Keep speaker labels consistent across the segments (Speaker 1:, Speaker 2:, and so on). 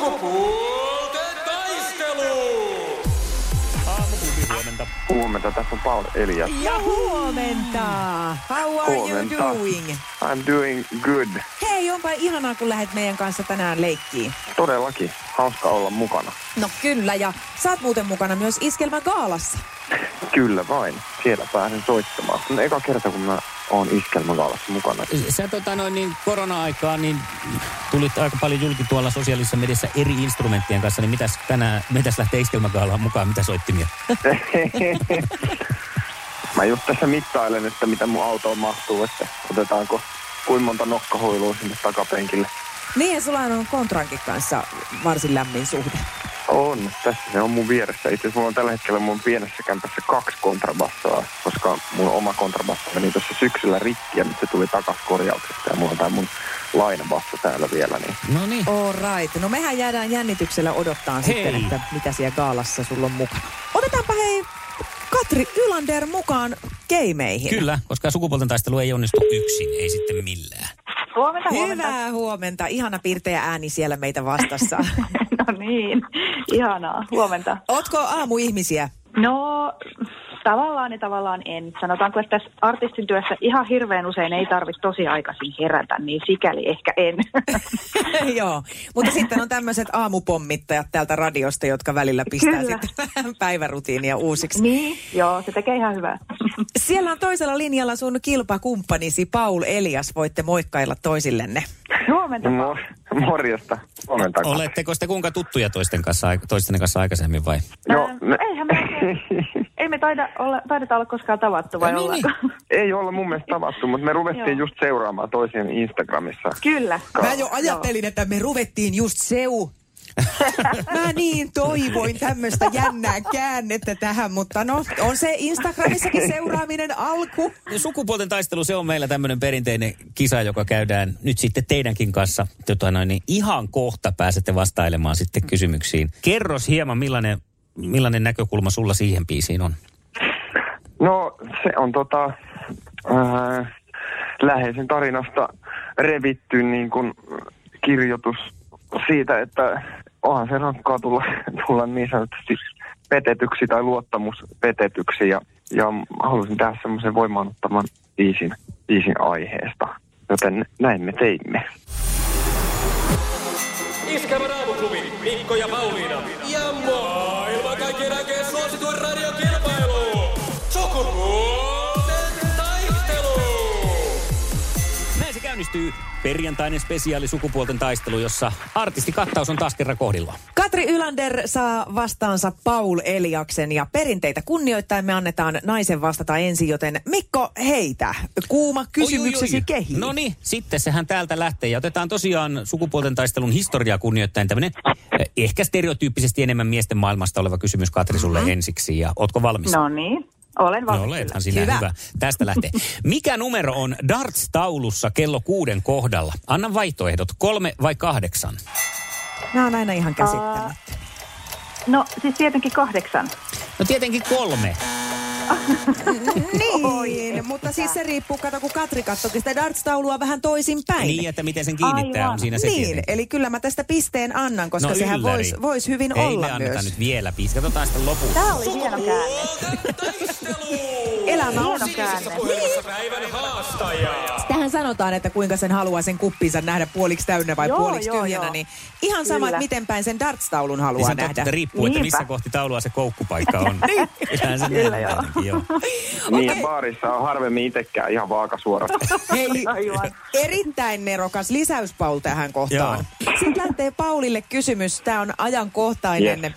Speaker 1: Sukupuolten taistelu!
Speaker 2: Huomenta, tässä on Paul Elias.
Speaker 3: Ja huomenta! How are
Speaker 2: Huomenta.
Speaker 3: you doing?
Speaker 2: I'm doing good.
Speaker 3: Hei, onpa ihanaa, kun lähdet meidän kanssa tänään leikkiin.
Speaker 2: Todellakin, hauska olla mukana.
Speaker 3: No kyllä, ja sä oot muuten mukana myös Iskelmän gaalassa.
Speaker 2: Kyllä vain, siellä pääsen soittamaan. No, eka kerta, kun mä oon iskelmägaalassa mukana.
Speaker 4: Sä tota noin, niin korona-aikaan niin tulit aika paljon julki tuolla sosiaalisessa mediassa eri instrumenttien kanssa, niin mitäs tänään, mitäs lähtee iskelmäkaalaan mukaan, mitä soittimia?
Speaker 2: Mä just tässä mittailen, että mitä mun autoon mahtuu, että otetaanko kuinka monta nokkahuilua sinne takapenkille.
Speaker 3: Niin, sulla on Kontrankin kanssa varsin lämmin suhde.
Speaker 2: On, tässä se on mun vieressä. Itse asiassa mulla on tällä hetkellä mun pienessä kämpässä kaksi kontrabassoa, koska mun oma kontrabasso meni tuossa syksyllä rikki ja nyt se tuli takas korjauksesta ja mulla on tää mun lainabasso täällä vielä. Niin.
Speaker 4: No niin.
Speaker 3: All right. No mehän jäädään jännityksellä odottaa sitten,
Speaker 4: Hei.
Speaker 3: että mitä siellä gaalassa sulla on mukana. Otetaanpa hei Katri Ylander mukaan keimeihin.
Speaker 4: Kyllä, koska sukupuolten taistelu ei onnistu yksin, ei sitten millään.
Speaker 5: Huomenta,
Speaker 4: Niin.
Speaker 5: huomenta.
Speaker 3: Hyvää huomenta. Ihana pirteä ääni siellä meitä vastassa.
Speaker 5: No niin, ihanaa. Huomenta.
Speaker 3: Ootko aamuihmisiä?
Speaker 5: No, tavallaan ja tavallaan en. Sanotaanko, että tässä artistin työssä ihan hirveän usein ei tarvitse tosi aikaisin herätä, niin sikäli ehkä en.
Speaker 3: Joo, mutta sitten on tämmöiset aamupommittajat täältä radiosta, jotka välillä pistää
Speaker 5: Kyllä.
Speaker 3: sitten vähän päivärutiinia uusiksi.
Speaker 5: niin, joo, se tekee ihan hyvää.
Speaker 3: Siellä on toisella linjalla sun kilpakumppanisi Paul Elias. Voitte moikkailla toisillenne.
Speaker 5: Huomenta.
Speaker 2: Mo- morjesta, huomenta.
Speaker 4: Oletteko te kuinka tuttuja toisten kanssa, aik- toisten kanssa aikaisemmin vai?
Speaker 5: Joo,
Speaker 2: Joo,
Speaker 5: Ää, no
Speaker 2: me,
Speaker 5: eihän me ei me taida olla, taideta olla koskaan tavattu vai
Speaker 4: No niin,
Speaker 5: ollaanko?
Speaker 2: ei olla mun mielestä tavattu, mutta me ruvettiin
Speaker 5: Joo.
Speaker 2: just seuraamaan toisiaan Instagramissa.
Speaker 5: Kyllä.
Speaker 3: Mä jo ajattelin, että me ruvettiin just seu. Mä niin toivoin tämmöistä jännää käännettä tähän, mutta no, on se Instagramissakin seuraaminen alku.
Speaker 4: Sukupuolten taistelu, se on meillä tämmöinen perinteinen kisa, joka käydään nyt sitten teidänkin kanssa. Tota noin, niin ihan kohta pääsette vastailemaan sitten kysymyksiin. Kerros hieman, millainen, millainen näkökulma sulla siihen biisiin on.
Speaker 2: No, se on tota, äh, läheisen tarinasta revitty niin kuin kirjoitus siitä, että onhan se rankkaa tulla, tulla niin sanotusti petetyksi tai luottamus petetyksi. Ja, ja halusin tehdä semmoisen voimaanottavan biisin, biisin aiheesta. Joten näin me teimme.
Speaker 1: Iskävä raamuklubi, Mikko ja Pauliina. Ja maailman kaikkien aikeen suosituen radiokilpailu. Sukupuolten taistelu!
Speaker 4: Näin se käynnistyy perjantainen spesiaali sukupuolten taistelu, jossa artistikattaus on taas kerran kohdilla.
Speaker 3: Katri Ylander saa vastaansa Paul Eliaksen ja perinteitä kunnioittain me annetaan naisen vastata ensin, joten Mikko heitä. Kuuma kysymyksesi kehi.
Speaker 4: No niin, sitten sehän täältä lähtee. Ja otetaan tosiaan sukupuolten taistelun historiaa kunnioittain tämmöinen ehkä stereotyyppisesti enemmän miesten maailmasta oleva kysymys Katri sulle ensiksi. Ja ootko valmis?
Speaker 5: Mm-hmm. No niin, olen
Speaker 4: No
Speaker 5: valmis.
Speaker 4: olethan sinä hyvä.
Speaker 3: Hyvä.
Speaker 4: hyvä. Tästä lähtee. Mikä numero on darts-taulussa kello kuuden kohdalla? Anna vaihtoehdot. Kolme vai kahdeksan?
Speaker 3: Nämä on aina ihan käsittämättä.
Speaker 5: No siis tietenkin kahdeksan.
Speaker 4: No tietenkin kolme.
Speaker 3: Niin, mutta siis se riippuu, kato kun Katri katsokin sitä darts-taulua vähän toisinpäin.
Speaker 4: Niin, että miten sen kiinnittää
Speaker 5: Aivan.
Speaker 4: on siinä se
Speaker 3: niin,
Speaker 4: tietenkin.
Speaker 3: eli kyllä mä tästä pisteen annan, koska
Speaker 4: no,
Speaker 3: sehän
Speaker 4: ylläri.
Speaker 3: voisi vois hyvin
Speaker 4: Ei
Speaker 3: olla
Speaker 4: me anneta
Speaker 3: myös.
Speaker 4: nyt vielä piis. Katsotaan sitten lopussa.
Speaker 5: Tämä oli hieno käänne.
Speaker 1: Sukupuolten taistelu!
Speaker 3: Elämä
Speaker 4: No
Speaker 3: on
Speaker 5: Hieno
Speaker 4: siis-
Speaker 1: Sinisessä
Speaker 5: käänne.
Speaker 1: puhelimessa päivän haastaja.
Speaker 3: Tähän sanotaan, että kuinka sen haluaa sen kuppinsa nähdä puoliksi täynnä vai
Speaker 5: Joo,
Speaker 3: puoliksi
Speaker 5: joo,
Speaker 3: tyhjänä,
Speaker 5: joo.
Speaker 3: niin ihan sama,
Speaker 5: Kyllä.
Speaker 3: että miten päin sen darts-taulun
Speaker 4: Niin
Speaker 3: haluaa
Speaker 4: se on totta,
Speaker 3: nähdä.
Speaker 4: että riippuu, että missä
Speaker 5: Niinpä.
Speaker 4: kohti taulua se koukkupaikka on. niin. Se
Speaker 5: Kyllä
Speaker 4: nähdään
Speaker 5: joo.
Speaker 4: ainakin, joo.
Speaker 2: Niin ja baarissa on harvemmin itsekään ihan vaakasuorasta.
Speaker 3: Hei,
Speaker 5: Aivan.
Speaker 3: erittäin nerokas lisäys Paul tähän kohtaan. Sitten lähtee Paulille kysymys, tämä on ajankohtainen.
Speaker 2: Yes.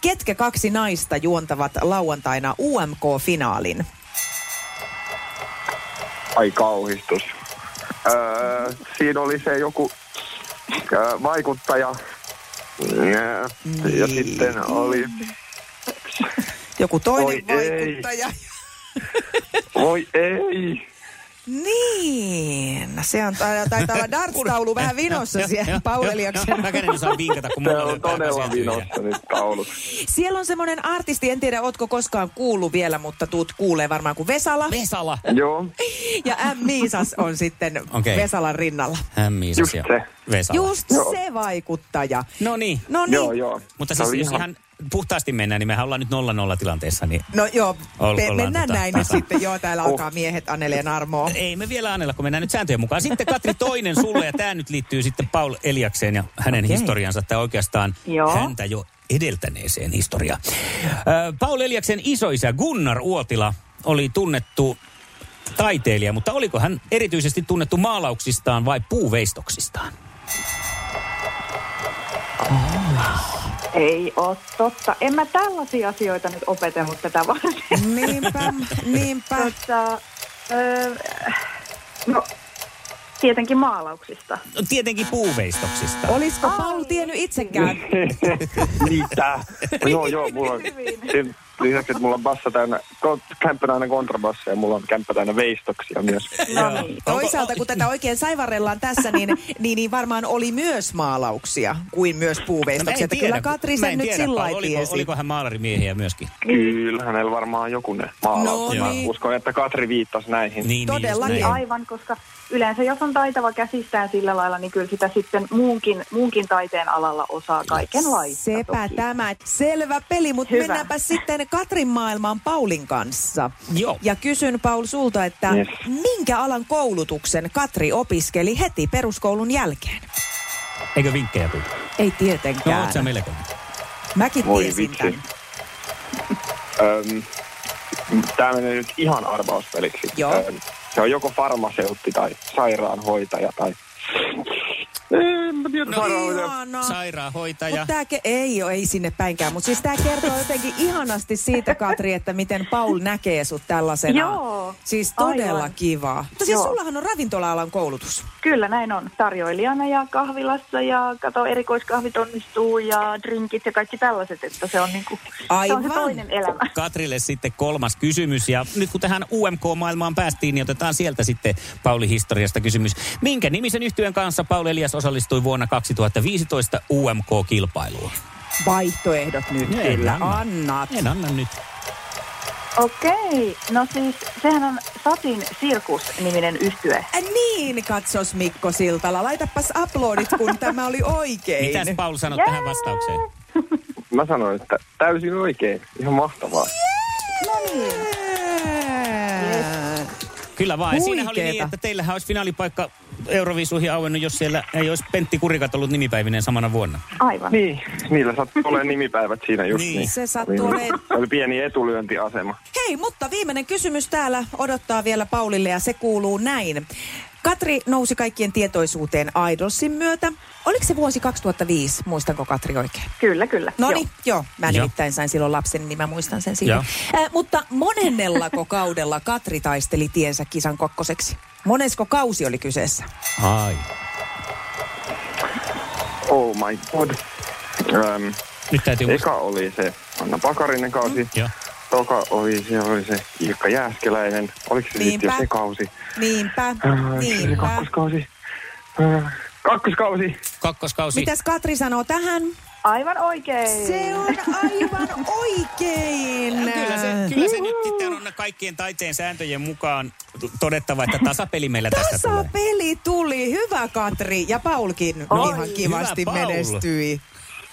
Speaker 3: Ketkä kaksi naista juontavat lauantaina UMK-finaalin?
Speaker 2: Ai kauhistus. Öö, siinä oli se joku öö, vaikuttaja. Ja,
Speaker 4: Niin.
Speaker 2: ja sitten oli,
Speaker 3: Joku toinen
Speaker 2: Voi ei.
Speaker 3: vaikuttaja.
Speaker 2: voi ei,
Speaker 3: Niin. Anna, se on, tai- taitaa olla darts-taulu vähän vinossa siellä Pauleliaksen.
Speaker 4: Mä en osaa vinkata, kun
Speaker 2: Se
Speaker 4: mulla
Speaker 2: on todella vinossa nyt taulut.
Speaker 3: Siellä on semmoinen artisti, en tiedä, ootko koskaan kuullut vielä, mutta tuut kuulee varmaan kuin Vesala.
Speaker 4: Vesala.
Speaker 2: Joo,
Speaker 3: Ja M. Miisas on sitten
Speaker 4: Okei.
Speaker 3: okay. Vesalan rinnalla.
Speaker 4: Hämmiisas
Speaker 2: Just
Speaker 4: ja
Speaker 2: se.
Speaker 4: Vesala.
Speaker 3: Just
Speaker 2: Joo.
Speaker 3: se vaikuttaja.
Speaker 4: No niin.
Speaker 3: No niin.
Speaker 2: joo, joo.
Speaker 4: Mutta
Speaker 2: Se
Speaker 4: siis
Speaker 2: oli
Speaker 4: jos ihan puhtaasti mennään, niin mehän ollaan nyt 0-0 tilanteessa, niin
Speaker 3: No joo,
Speaker 4: Ol-
Speaker 3: pe-
Speaker 4: ollaan
Speaker 3: mennään
Speaker 4: tota-
Speaker 3: näin nyt
Speaker 4: tasa.
Speaker 3: sitten. Joo, täällä
Speaker 2: Oh.
Speaker 3: alkaa miehet aneleen armoa.
Speaker 4: ei me vielä annella, kun mennään nyt sääntöjen mukaan. Sitten Katri toinen sulle, ja tämä nyt liittyy sitten Paul Eliakseen ja hänen okay. historiansa, tai oikeastaan
Speaker 5: Joo.
Speaker 4: häntä jo edeltäneeseen historiaan. Äh, Paul Eliaksen isoisä Gunnar Uotila oli tunnettu taiteilija, mutta oliko hän erityisesti tunnettu maalauksistaan vai puuveistoksistaan?
Speaker 5: Ei ole totta. En mä tällaisia asioita nyt opetellut tätä varten.
Speaker 3: Niinpä, niinpä.
Speaker 5: Tota, öö, no, tietenkin maalauksista.
Speaker 4: No tietenkin puuveistoksista.
Speaker 3: Olisiko Paul tiennyt itsekään?
Speaker 2: Mitä? joo, joo, mulla on... sen Lisäksi, että mulla on bassa täynnä, kon- kämppä täynnä kontrabasseja ja mulla on kämppä täynnä veistoksia myös.
Speaker 5: No niin.
Speaker 3: Toisaalta, kun tätä oikein saivarellaan tässä, niin, niin, niin varmaan oli myös maalauksia kuin myös
Speaker 4: No mä en
Speaker 3: puuveistoksia. Että
Speaker 4: tiedä.
Speaker 3: kyllä Katri
Speaker 4: Mä en
Speaker 3: sen nyt
Speaker 4: tiedä,
Speaker 3: sillä
Speaker 4: Paul,
Speaker 3: lailla
Speaker 4: oliko,
Speaker 3: tiesi.
Speaker 4: oliko hän maalarimiehiä myöskin?
Speaker 2: Niin. Kyllä, hänellä varmaan joku ne maalaukset.
Speaker 3: No
Speaker 2: Mä
Speaker 3: niin.
Speaker 2: Uskon, että Katri viittasi näihin.
Speaker 4: Niin,
Speaker 3: Todellakin.
Speaker 4: Niin, just näin.
Speaker 5: Aivan, koska yleensä jos on taitava käsistään sillä lailla, niin kyllä sitä sitten muunkin, muunkin taiteen alalla osaa kaikenlaista.
Speaker 3: Sepä
Speaker 5: toki.
Speaker 3: tämä. Selvä peli, mutta
Speaker 5: Hyvä.
Speaker 3: mennäänpä sitten Katrin maailmaan Paulin kanssa.
Speaker 4: Joo.
Speaker 3: Ja kysyn Paul sulta, että
Speaker 2: Yes.
Speaker 3: minkä alan koulutuksen Katri opiskeli heti peruskoulun jälkeen?
Speaker 4: Eikö vinkkejä tullut?
Speaker 3: Ei
Speaker 4: No,
Speaker 3: tietenkään.
Speaker 4: oot sä melkein.
Speaker 3: Mäkin
Speaker 2: Voi
Speaker 3: tiesin
Speaker 2: vitsi.
Speaker 3: tämän.
Speaker 2: Öm, Tämä menee nyt ihan arvauspeliksi.
Speaker 3: Joo.
Speaker 2: Öm, Se on joko farmaseutti tai sairaanhoitaja tai... En mä
Speaker 3: No
Speaker 2: tiedä,
Speaker 4: No niin.
Speaker 2: sairaanhoitaja.
Speaker 3: Ihanaa.
Speaker 4: Sairaanhoitaja.
Speaker 3: Mutta tämä ke- ei ole, ei sinne päinkään, mutta siis tämä kertoo jotenkin ihanasti siitä, Katri, että miten Paul näkee sut tällaisena.
Speaker 5: Joo,
Speaker 3: Siis todella
Speaker 5: aivan.
Speaker 3: kivaa. Mutta siis
Speaker 5: Joo.
Speaker 3: sullahan on ravintola-alan koulutus.
Speaker 5: Kyllä näin on. Tarjoilijana ja kahvilassa ja kato erikoiskahvit onnistuu ja drinkit ja kaikki tällaiset, että se on, niinku, se, on
Speaker 3: Aivan.
Speaker 5: se toinen elämä.
Speaker 4: Katrille sitten kolmas kysymys. Ja nyt kun tähän UMK-maailmaan päästiin, niin otetaan sieltä sitten Pauli historiasta kysymys. Minkä nimisen yhtiön kanssa Pauli Elias osallistui vuonna 2015 UMK-kilpailuun?
Speaker 3: Vaihtoehdot nyt
Speaker 4: No, en
Speaker 3: kyllä.
Speaker 4: anna.
Speaker 3: Annat.
Speaker 4: En anna nyt.
Speaker 5: Okei, no siis sehän on Satin Sirkus-niminen yhtye.
Speaker 3: Ä, Niin, katsos Mikko Siltala. Laitapas uploadit, kun tämä oli oikein.
Speaker 4: Mitäs Paul sanot
Speaker 5: Jee!
Speaker 4: tähän vastaukseen?
Speaker 3: niin.
Speaker 2: Mä sanoin, että täysin oikein. Ihan mahtavaa.
Speaker 3: Jää.
Speaker 4: Kyllä vaan. Ja Siinähän oli
Speaker 3: Huikeeta.
Speaker 4: niin, että teillähän olisi finaalipaikka Euroviisuihin auennut, jos siellä ei olisi Pentti Kurikat ollut nimipäivinen samana vuonna.
Speaker 5: Aivan.
Speaker 2: Niin, niillä sattuu olemaan nimipäivät siinä just
Speaker 4: Niin.
Speaker 2: niin.
Speaker 3: Se sattuu
Speaker 2: Oli-
Speaker 3: olemaan.
Speaker 2: Oli pieni etulyöntiasema.
Speaker 3: Hei, mutta viimeinen kysymys täällä odottaa vielä Paulille ja se kuuluu näin. Katri nousi kaikkien tietoisuuteen Idolsin myötä. Oliko se vuosi 2005, muistanko Katri oikein?
Speaker 5: Kyllä, kyllä.
Speaker 3: No
Speaker 5: Joo.
Speaker 3: niin, joo. Mä
Speaker 4: Joo.
Speaker 3: nimittäin sain silloin lapsen, niin mä muistan sen siitä.
Speaker 4: Joo.
Speaker 3: Äh, mutta monennellako kaudella Katri taisteli tiensä kisan kakkoseksi? Monesko kausi oli kyseessä?
Speaker 4: Ai.
Speaker 2: Oh my god. Öm,
Speaker 4: Nyt täytyy muistaa.
Speaker 2: eka oli se Anna Pakarinen kausi.
Speaker 3: Mm.
Speaker 4: Joo.
Speaker 2: Toka oli, siellä oli se Ilkka Jääskeläinen. Oliko se sitten jo
Speaker 3: Niinpä.
Speaker 2: se kausi?
Speaker 3: Niinpä,
Speaker 2: Äh, Se oli
Speaker 3: niinpä.
Speaker 2: kakkoskausi. Äh, Kakkoskausi.
Speaker 4: Kakkoskausi.
Speaker 3: Mitäs Katri sanoo tähän?
Speaker 5: Aivan oikein.
Speaker 3: Se on aivan oikein.
Speaker 4: No Kyllä se, kyllä se nyt sitten on kaikkien taiteen sääntöjen mukaan t- todettava, että tasapeli meillä tästä tulee.
Speaker 3: Tasapeli tuli. Hyvä Katri. Ja Paulkin
Speaker 4: No,
Speaker 3: no, ihan
Speaker 4: hyvä
Speaker 3: kivasti
Speaker 4: Paul.
Speaker 3: menestyi.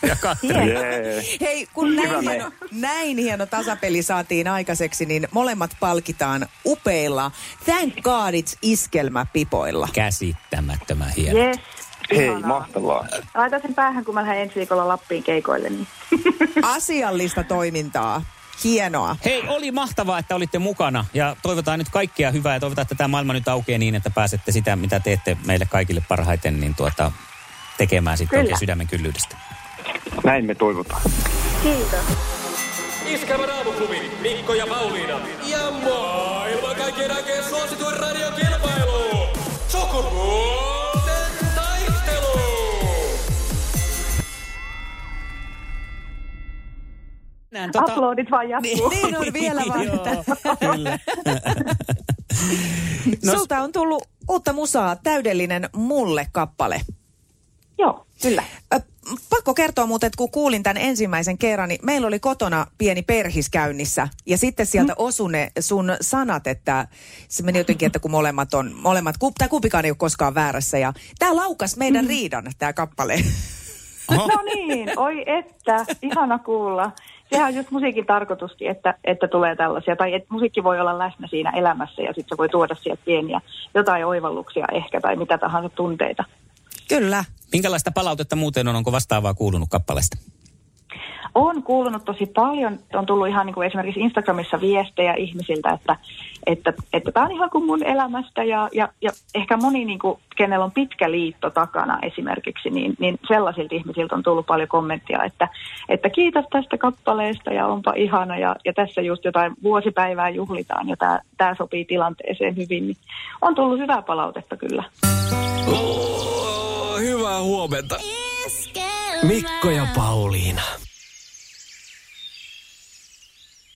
Speaker 4: Ja Katri.
Speaker 2: Jee.
Speaker 3: Hei, kun
Speaker 2: Hyvä
Speaker 3: näin
Speaker 2: me.
Speaker 3: hieno, näin hieno tasapeli saatiin aikaiseksi, niin molemmat palkitaan upeilla Thank Godits iskelmäpipoilla.
Speaker 4: Käsittämättömän hieno.
Speaker 5: Yes.
Speaker 2: Hei,
Speaker 5: ihanaa.
Speaker 2: mahtavaa.
Speaker 5: Laitan sen päähän, kun mä lähden ensi viikolla Lappiin keikoille. Niin.
Speaker 3: Asiallista toimintaa. Hienoa.
Speaker 4: Hei, oli mahtavaa, että olitte mukana ja toivotaan nyt kaikkea hyvää ja toivotaan, että tämä maailma nyt aukeaa niin, että pääsette sitä, mitä teette meille kaikille parhaiten, niin tuota, tekemään sitten
Speaker 5: Kyllä.
Speaker 4: oikein sydämen kyllyydestä.
Speaker 2: Näin me toivotaan.
Speaker 5: Kiitos.
Speaker 1: Iskävä raamuklubi, Mikko ja Pauliina. Ja maailman kaikkien aikeen suosituen radiokilpailu. Sukupuolten taistelu.
Speaker 4: Mennään,
Speaker 5: Tota... Uploadit vaan jatkuu. Niin.
Speaker 3: Niin on vielä vaan.
Speaker 4: Joo, kyllä.
Speaker 3: No, Sulta on tullut Uutta musaa, täydellinen mulle kappale.
Speaker 5: Joo, kyllä.
Speaker 3: Ö, Pakko kertoa muuten, että kun kuulin tämän ensimmäisen kerran, niin meillä oli kotona pieni perhis käynnissä. Ja sitten sieltä osui ne sun sanat, että se meni jotenkin, että kun molemmat on, molemmat, ku- tai kumpikaan ei ole koskaan väärässä. Ja tämä laukas meidän riidan, tämä kappale.
Speaker 5: No niin, oi että, ihana kuulla. Sehän on just musiikin tarkoituskin, että, että tulee tällaisia, tai että musiikki voi olla läsnä siinä elämässä ja sitten se voi tuoda sieltä pieniä jotain oivalluksia ehkä tai mitä tahansa tunteita.
Speaker 3: Kyllä.
Speaker 4: Minkälaista palautetta muuten on, onko vastaavaa kuulunut kappaleesta?
Speaker 5: On kuulunut tosi paljon. On tullut ihan niin kuin esimerkiksi Instagramissa viestejä ihmisiltä, että että, että tämä on ihan kuin mun elämästä ja, ja, ja ehkä moni, niin kuin, kenellä on pitkä liitto takana esimerkiksi, niin, niin sellaisilta ihmisiltä on tullut paljon kommenttia, että, että kiitos tästä kappaleesta ja onpa ihana ja, ja tässä just jotain vuosipäivää juhlitaan ja tämä, tämä sopii tilanteeseen hyvin. Niin on tullut hyvää palautetta kyllä.
Speaker 6: Oh, hyvää huomenta. Mikko ja Pauliina.